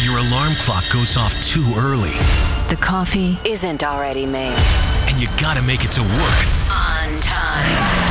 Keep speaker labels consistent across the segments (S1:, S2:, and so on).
S1: your alarm clock goes off too early.
S2: The coffee isn't already made.
S1: And you gotta make it to work.
S2: On time.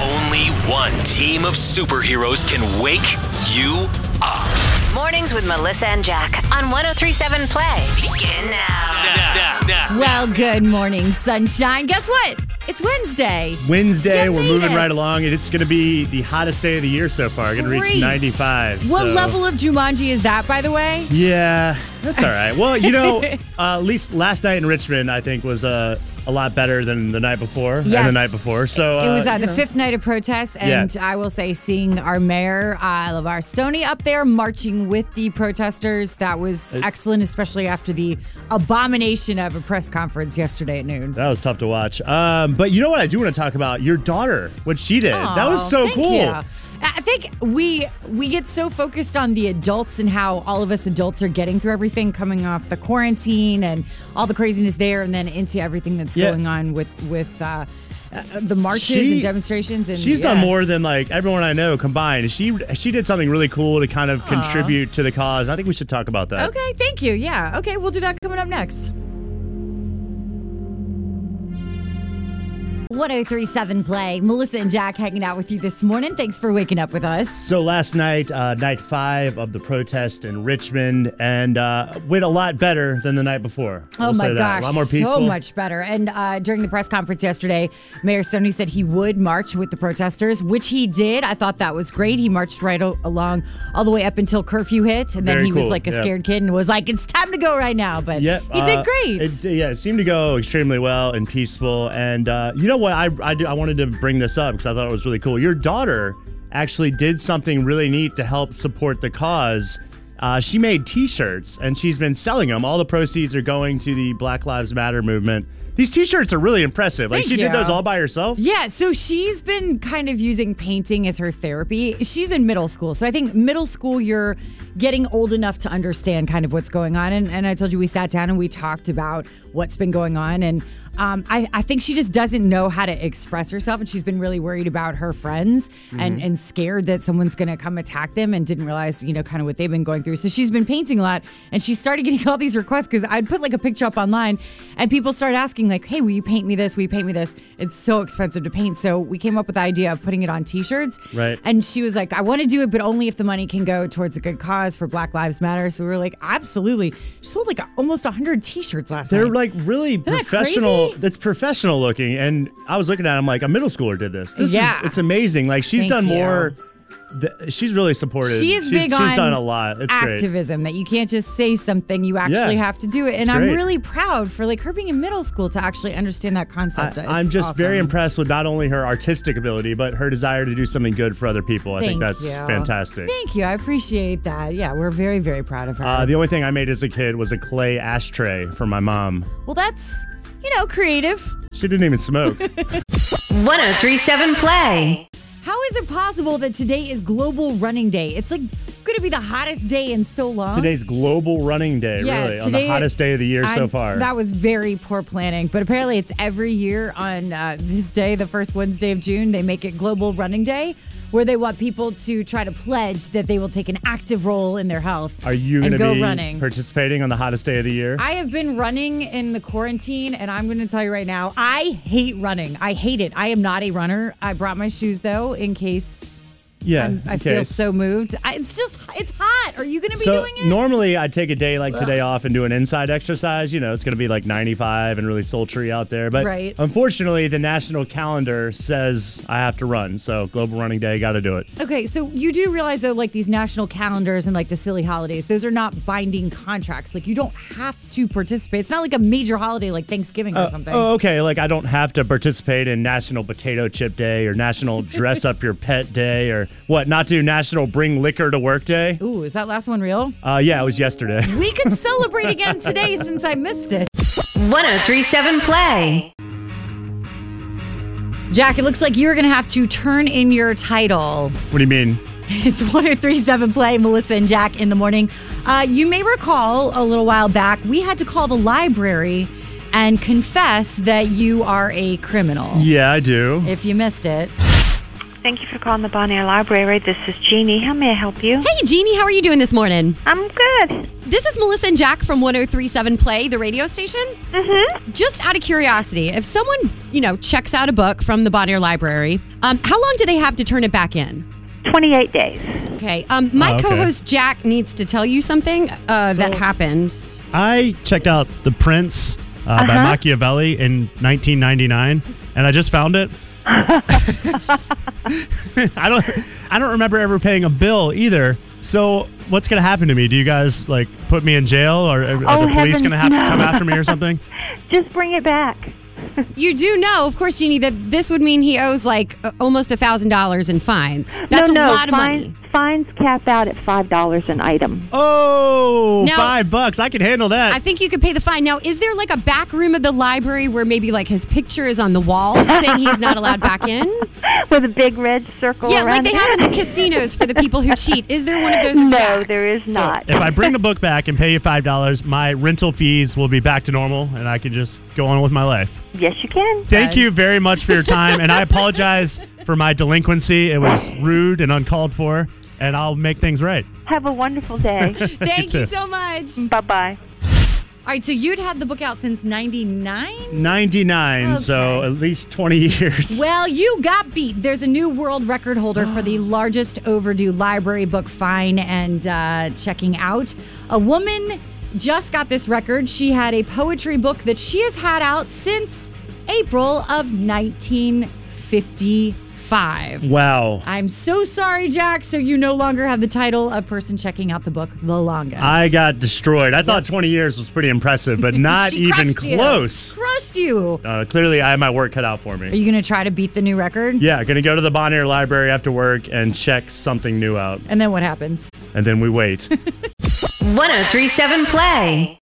S1: Only one team of superheroes can wake you up.
S2: Mornings with Melissa and Jack on 1037 Play. Begin now.
S1: Now, now, now.
S3: Well, good morning, sunshine. Guess what? It's Wednesday.
S4: Wednesday,
S3: You
S4: we're
S3: made
S4: moving
S3: it.
S4: right along, and it's going to be the hottest day of the year so far. Going to reach
S3: Great.
S4: 95.
S5: What
S4: so-
S5: level of Jumanji is that, by the way?
S4: Yeah, that's all right. Well, you know, uh, at least last night in Richmond, I think was uh, a lot better than the night before and
S3: Yes.
S4: the night before. So
S3: It was
S4: uh,
S3: uh, the fifth night of protests, and I will say, seeing our mayor, uh, LeVar Stoney, up there marching with the protesters, that was excellent, especially after the abomination of a press conference yesterday at noon.
S4: that was tough to watch. Um, but you know what? I do want to talk about your daughter, what she did. that was
S3: Aw,
S4: so
S3: thank
S4: cool.
S3: you. I I think we we get so focused on the adults and how all of us adults are getting through everything coming off the quarantine and all the craziness there, and then into everything that's
S4: Yeah.
S3: going on with with uh, uh, the marches
S4: She-
S3: and demonstrations. And
S4: She's done
S3: yeah.
S4: more than like everyone I know combined. She she did something really cool to kind of contribute to the cause. and I think we should talk about that.
S3: Okay, thank you. Yeah. Okay, we'll do that coming up next. 1037 Play. Melissa and Jack hanging out with you this morning. Thanks for waking up with us.
S4: So last night, uh, night five of the protest in Richmond, and uh, went a lot better than the night before.
S3: Oh
S4: We'll
S3: my
S4: say that.
S3: gosh.
S4: a lot more peaceful.
S3: So much better. And uh, during the press conference yesterday, Mayor Stoney said he would march with the protesters, which he did. I thought that was great. He marched right o- along all the way up until curfew hit. And then
S4: Very
S3: he was
S4: cool.
S3: like a
S4: Yeah.
S3: scared kid and was like, it's time to go right now. But
S4: Yep,
S3: he did
S4: uh,
S3: great.
S4: It, yeah, it seemed to go extremely well and peaceful. And uh, you know what? I I, do, I wanted to bring this up because I thought it was really cool. Your daughter actually did something really neat to help support the cause. Uh, she made T-shirts and she's been selling them. All the proceeds are going to the Black Lives Matter movement. These T-shirts are really impressive. like
S3: Thank
S4: she did
S3: you.
S4: those all by herself.
S3: Yeah, so she's been kind of using painting as her therapy. She's in middle school. So I think middle school, you're getting old enough to understand kind of what's going on. And, and I told you we sat down and we talked about what's been going on. And um, I, I think she just doesn't know how to express herself. And she's been really worried about her friends
S4: Mm-hmm.
S3: and, and scared that someone's going to come attack them and didn't realize, you know, kind of what they've been going through. So she's been painting a lot. And she started getting all these requests because I'd put like a picture up online and people started asking, like, hey, will you paint me this? Will you paint me this? It's so expensive to paint. So we came up with the idea of putting it on t shirts.
S4: Right.
S3: And she was like, I want to do it, but only if the money can go towards a good cause for Black Lives Matter. So we were like, absolutely. She sold like almost 100 t shirts last
S4: They're
S3: night.
S4: like really
S3: that
S4: professional.
S3: crazy?
S4: That's professional looking. And I was looking at them like a middle schooler did this. This
S3: Yeah.
S4: is it's amazing. Like she's
S3: Thank
S4: done
S3: you.
S4: more. Th- she's really supported.
S3: She is
S4: she's,
S3: big on
S4: She's done a lot. It's great.
S3: activism that you can't just say something; you actually
S4: Yeah.
S3: have to do it. And
S4: It's
S3: I'm
S4: great.
S3: really proud for like her being in middle school to actually understand that concept.
S4: I, am
S3: It's
S4: just very
S3: awesome.
S4: impressed with not only her artistic ability, but her desire to do something good for other people. I think
S3: Thank
S4: that's
S3: you.
S4: fantastic.
S3: Thank you. I appreciate that. Yeah, we're very, very proud of her.
S4: Uh, the only thing I made as a kid was a clay ashtray for my mom.
S3: well, that's you know creative.
S4: She didn't even smoke.
S2: 1037 Play.
S3: How is it possible that today is Global Running Day? It's like going to be the hottest day in so long.
S4: Today's global running day,
S3: Yeah,
S4: really, on
S3: today-
S4: the hottest day of the year so
S3: I'm-
S4: far.
S3: That was very poor planning, but apparently it's every year on uh, this day, the first Wednesday of June, they make it Global Running Day, where they want people to try to pledge that they will take an active role in their health.
S4: Are you
S3: and
S4: going to
S3: go
S4: be
S3: running?
S4: participating on the hottest day of the year?
S3: I have been running in the quarantine, and I'm going to tell you right now, I hate running. I hate it. I am not a runner. I brought my shoes though, in case
S4: yeah,
S3: I'm, I
S4: in
S3: feel
S4: case.
S3: so moved. I, it's just, it's hot. Are you going to be
S4: So
S3: doing it?
S4: normally I take a day like today off and do an inside exercise. You know, it's going to be like 95 and really sultry out there. But
S3: Right.
S4: unfortunately, the national calendar says I have to run. So Global Running Day, got to do it.
S3: Okay, so you do realize though, like these national calendars and like the silly holidays, those are not binding contracts. Like you don't have to participate. It's not like a major holiday like Thanksgiving or something.
S4: Oh, okay. Like I don't have to participate in National Potato Chip Day or National Dress Up Your Pet Day or what? Not do National Bring Liquor to Work Day?
S3: Ooh, is that last one real?
S4: Uh, yeah, it was yesterday.
S3: We could celebrate again today since I missed it.
S2: 1037 Play.
S3: Jack, it looks like you're gonna have to turn in your title.
S4: what do you mean?
S3: It's 1037 Play, Melissa and Jack in the morning. Uh, you may recall a little while back, we had to call the library and confess that you are a criminal.
S4: Yeah, I do.
S3: If you missed it.
S6: Thank you for calling the Bon Air Library. This is Jeannie. How may I help you?
S7: Hey, Jeannie, how are you doing this morning?
S6: I'm good.
S7: This is Melissa and Jack from 1037 Play, the radio station.
S6: Mm-hmm.
S7: Just out of curiosity, if someone, you know, checks out a book from the Bonnier Library, um, how long do they have to turn it back in?
S6: 28 days.
S7: Okay. Um, my
S8: Oh, okay.
S7: co-host Jack needs to tell you something uh, that happened.
S8: I checked out The Prince uh, by
S7: Uh-huh.
S8: Machiavelli in 1999, and I just found it. I don't, I don't remember ever paying a bill either. So what's gonna happen to me? Do you guys like put me in jail, or are, are
S6: Oh,
S8: the police
S6: heavens,
S8: gonna have
S6: no.
S8: to come after me or something?
S6: Just bring it back.
S7: You do know, of course, Jeannie, that this would mean he owes like uh, almost a thousand dollars in fines. That's
S6: no, no,
S7: a lot of
S6: fine-
S7: money.
S6: Fines cap out at $5 an item.
S8: Oh,
S7: Now-
S8: five bucks! I can handle that.
S7: I think you could pay the fine. Now, is there like a back room of the library where maybe like his picture is on the wall saying he's not allowed back in?
S6: With a big red circle
S7: Yeah, like
S6: around
S7: they
S6: it.
S7: have in the casinos for the people who cheat. Is there one of those? in
S6: No,
S7: Jack?
S6: there is not.
S8: if I bring the book back and pay you five dollars, my rental fees will be back to normal, and I can just go on with my life.
S6: yes, you can.
S8: Thank you very much for your time, and I apologize for my delinquency. It was rude and uncalled for, and I'll make things right.
S6: Have a wonderful day.
S7: Thank you
S8: too.
S7: so much.
S6: bye bye.
S3: All right, so you'd had the book out since 99?
S4: 99, so
S7: Okay.
S4: at least 20 years.
S3: Well, you got beat. There's a new world record holder for the largest overdue library book fine and uh, checking out. A woman just got this record. She had a poetry book that she has had out since April of 1955.
S4: Wow.
S3: I'm so sorry, Jack. So you no longer have the title of person checking out the book the longest.
S4: I got destroyed. I thought 20 years was pretty impressive, but not
S3: She
S4: even
S3: crushed you.
S4: close.
S3: Crushed you.
S4: Uh, clearly, I have my work cut out for
S3: Are
S4: me.
S3: you going to try to beat the new record?
S4: Yeah, gonna go to the Bon Air Library after work and check something new out,
S3: And then what happens?
S4: and then we wait.
S2: 1037 Play.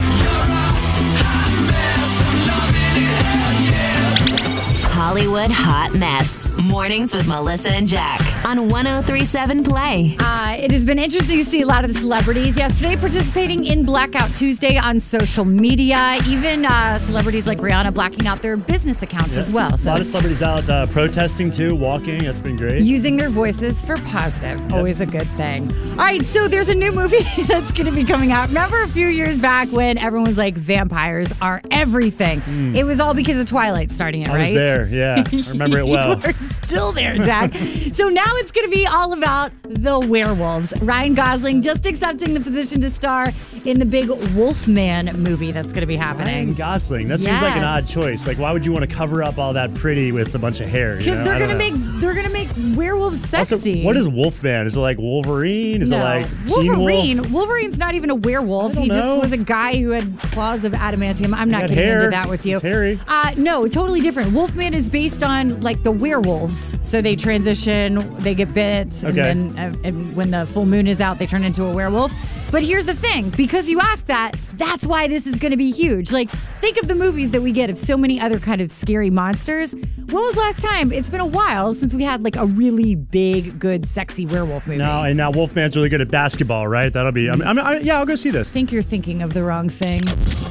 S2: Hollywood Hot Mess. Mornings with Melissa and Jack on 1037 Play.
S3: Uh, it has been interesting to see a lot of the celebrities yesterday participating in Blackout Tuesday on social media. Even uh, celebrities like Rihanna blacking out their business accounts as well.
S4: a
S3: So
S4: lot of celebrities out uh, protesting too, walking. That's been great.
S3: using their voices for positive, always a good thing. All right, so there's a new movie that's going to be coming out. Remember a few years back when everyone was like, vampires are everything. It was all because of Twilight starting it,
S4: Hmm. I was
S3: right?
S4: there. Yeah, I remember it well.
S3: You are still there, Jack. so now it's going to be all about the werewolves. Ryan Gosling just accepting the position to star in the big Wolfman movie that's going to be
S4: Ryan
S3: happening.
S4: Gosling. That seems like an odd
S3: Yes.
S4: choice. Like, why would you want to cover up all that pretty with a bunch of hair? you
S3: Because
S4: know?
S3: they're
S4: I don't
S3: gonna
S4: know.
S3: make they're gonna make werewolves
S4: Also,
S3: sexy.
S4: what is Wolfman? Is it like Wolverine? Is
S3: no.
S4: it like Teen
S3: Wolverine?
S4: Wolf?
S3: Wolverine's not even a werewolf.
S4: I don't
S3: He just
S4: know.
S3: was a guy who had claws of adamantium. I'm not
S4: got
S3: getting
S4: hair.
S3: into that with you.
S4: He's hairy.
S3: Uh, no, totally different. Wolfman is based on like the werewolves, so they transition, they get bit,
S4: Okay.
S3: and then uh, and when the full moon is out, they turn into a werewolf. But here's the thing: because you asked that, that's why this is going to be huge. Like, think of the movies that we get of so many other kind of scary monsters. When was the last time? It's been a while since we had like a really big, good, sexy werewolf movie.
S4: No, and now Wolfman's really good at basketball, right? That'll be. I mean, I mean, I, yeah, I'll go see this.
S3: I think you're thinking of the wrong thing.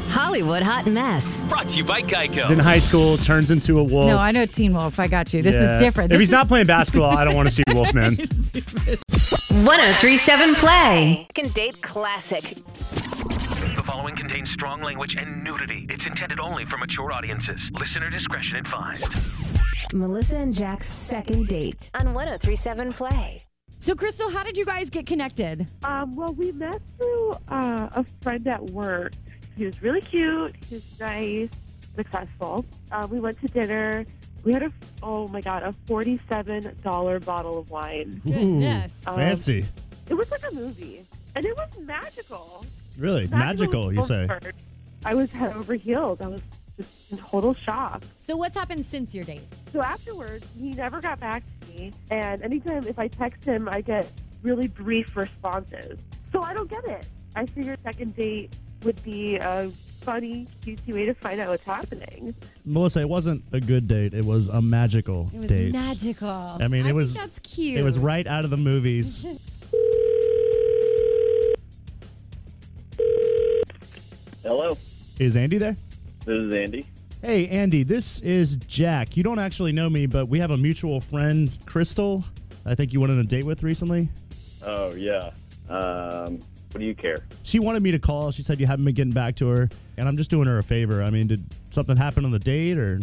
S2: Hollywood Hot Mess.
S1: Brought to you by
S4: He's in
S1: Geico.
S4: high school, turns into a wolf.
S3: No, I know Teen Wolf. I got you. This
S4: Yeah.
S3: is different.
S4: If
S3: This
S4: he's not
S3: is-
S4: playing basketball, I don't want to see Wolfman.
S2: 1037 Play. Can date classic.
S9: The following contains strong language and nudity. It's intended only for mature audiences. Listener discretion advised.
S2: Melissa and Jack's second date on 1037 Play.
S7: So, Crystal, how did you guys get connected?
S6: Um, well, we met through uh, a friend at work. He was really cute. He was nice, successful. Uh, we went to dinner. We had a oh my god, a forty-seven dollar bottle of wine.
S7: Goodness.
S6: Um,
S8: Fancy.
S6: It was like a movie, and it was magical.
S8: Really? Magical, you
S6: was the
S8: say.
S6: word. I was head over heels. I was just in total shock.
S7: So, what's happened since your date?
S6: So afterwards, he never got back to me. And anytime if I text him, I get really brief responses. So I don't get it. I figured second date would be a funny, cutesy way to find out what's happening.
S8: Melissa, it wasn't a good date. It was a magical
S7: It was
S8: date.
S7: magical.
S8: I mean, it
S7: think
S8: was-
S7: that's cute.
S8: It was right out of the movies.
S10: Hello,
S8: Is Andy there?
S10: this is Andy.
S8: Hey, Andy, this is Jack. You don't actually know me, but we have a mutual friend, Crystal.
S4: I think you went on a date with recently?
S10: Oh yeah. Um, what do you care?
S4: She wanted me to call. She said you haven't been getting back to her, and I'm just doing her a favor. I mean, did something happen on the date, or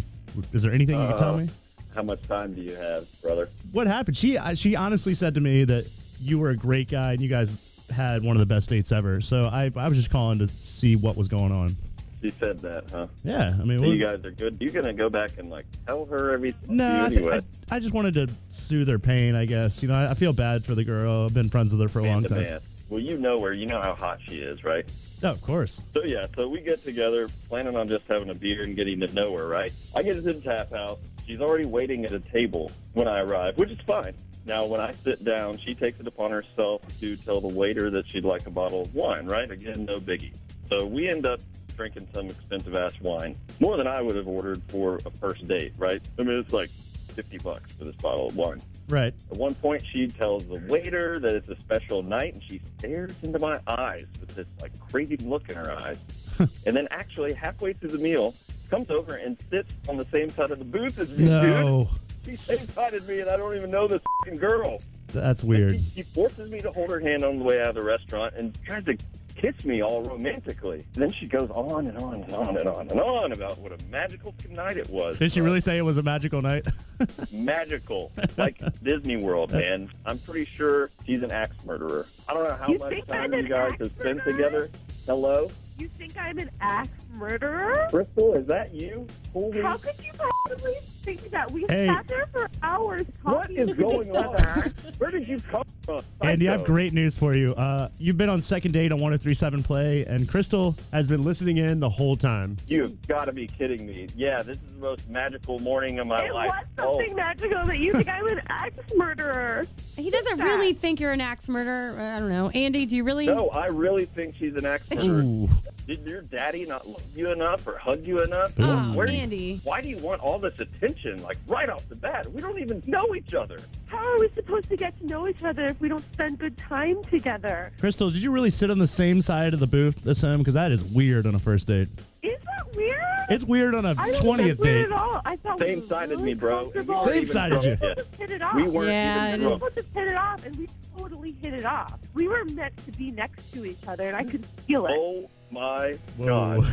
S4: is there anything you can tell
S10: Uh,
S4: me?
S10: How much time do you have, brother?
S4: What happened? She I- she honestly said to me that you were a great guy and you guys had one of the best dates ever. So I I was just calling to see what was going on.
S10: She said that, huh?
S4: Yeah, I mean,
S10: so
S4: what-
S10: you guys are good. You're gonna go back and like tell her everything.
S4: No, I,
S10: to you
S4: think,
S10: anyway.
S4: I, I just wanted to soothe her pain. I guess you know I, I feel bad for the girl. I've been friends with her for a long
S10: the
S4: time.
S10: man. Well, you know her. You know how hot she is, right?
S4: No, of course.
S10: So yeah, so we get together, planning on just having a beer and getting to know her, right? I get to the tap house. She's already waiting at a table when I arrive, which is fine. Now, when I sit down, she takes it upon herself to tell the waiter that she'd like a bottle of wine, right? Again, no biggie. So we end up drinking some expensive ass wine, more than I would have ordered for a first date, right? I mean, it's like 50 bucks for this bottle of wine.
S4: Right.
S10: At one point, she tells the waiter that it's a special night, and she stares into my eyes with this like crazy look in her eyes. and then, actually, halfway through the meal, comes over and sits on the same side of the booth as me,
S4: No,
S10: dude. She same-sided me, and I don't even know this fing girl.
S4: that's weird.
S10: She forces me to hold her hand on the way out of the restaurant and tries to kiss me all romantically. And then she goes on and on and on and on and on about what a magical night it was. Uh,
S4: Did she really say it was a magical night?
S10: magical, like Disney World, man. I'm pretty sure she's an axe murderer. I don't know how
S6: You
S10: much
S6: think
S10: time
S6: I'm
S10: you
S6: an
S10: guys
S6: axe
S10: have spent
S6: murderer?
S10: together. Hello,
S6: You think I'm an axe murderer?
S10: Bristol, is that you? Holy,
S6: How could you possibly think that we
S4: Hey.
S6: sat there for hours
S10: what
S6: talking
S10: is
S6: to
S10: going
S6: each
S10: on?
S6: other?
S10: Where did you come from?
S4: Andy, I have
S10: Psycho.
S4: great news for you. Uh, you've been on second date on 1037 Play, and Crystal has been listening in the whole time.
S10: You've got to be kidding me. Yeah, this is the most magical morning of my
S6: It
S10: life.
S6: was something
S10: Oh.
S6: magical that you think I'm an axe murderer.
S3: He doesn't
S6: that?
S3: really think you're an axe murderer. I don't know. Andy, do you really?
S10: No, I really think she's an axe murderer. Did your daddy not love you enough or hug you enough?
S3: Oh,
S10: Where-
S3: Andy.
S10: Why do you want all this attention? Like right off the bat, we don't even know each other.
S6: How are we supposed to get to know each other if we don't spend good time together?
S4: Crystal, did you really sit on the same side of the booth this time? Because that is weird on a first date.
S6: Is that weird?
S4: It's weird on a
S6: I don't
S4: 20th
S6: think that's weird
S4: date.
S6: at all. I thought we
S10: Same
S6: were
S10: side as
S6: really
S10: me, bro.
S6: comfortable.
S4: Same side as you.
S6: We were supposed to hit it off.
S10: We weren't
S11: Yeah,
S10: even
S11: it
S6: We were
S10: drunk.
S6: supposed to hit it off, and we totally hit it off. We were meant to be next to each other, and I could feel it.
S10: Oh my
S4: Whoa.
S10: god!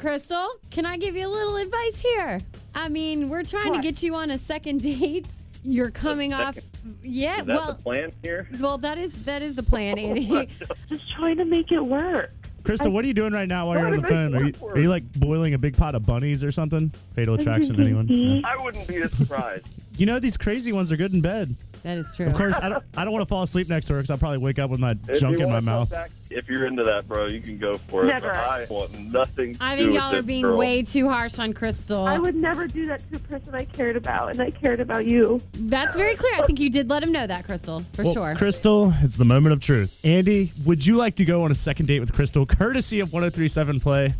S3: Crystal, can I give you a little advice here? I mean, we're trying
S6: What?
S3: to get you on a second date. You're coming off. Yeah,
S10: Is that
S3: well,
S10: the plan here?
S3: well, that is that is the plan, Andy.
S6: Just trying to make it work.
S4: Crystal, what are you doing right now while you're on the
S10: Sorry,
S4: phone? Are you,
S10: that's
S4: are you like boiling a big pot of bunnies or something? Fatal attraction, anyone? Yeah.
S10: I wouldn't be surprised.
S4: You know, these crazy ones are good in bed.
S3: that is true.
S4: Of course, I don't, I don't want to fall asleep next to her because I'll probably wake up with my
S10: If
S4: junk
S10: you
S4: in my
S10: wanna come
S4: mouth.
S10: back- if you're into that, bro, you can go for it.
S6: Never.
S10: But I want nothing. To
S3: I
S10: do
S3: think
S10: with
S3: y'all are
S10: this
S3: being
S10: girl.
S3: way too harsh on Crystal.
S6: I would never do that to a person I cared about, and I cared about you.
S3: That's very clear. I think you did let him know that, Crystal, for
S4: Well,
S3: sure.
S4: Crystal, it's the moment of truth. Andy, would you like to go on a second date with Crystal, courtesy of 1037 Play?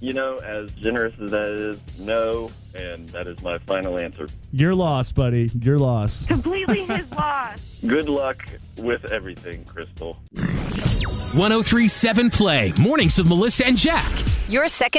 S10: You know, as generous as that is, no, and that is my final answer.
S4: Your loss, buddy. Your loss.
S6: Completely his loss.
S10: Good luck with everything, Crystal.
S1: 1037 Play. Mornings with Melissa and Jack.
S2: Your second.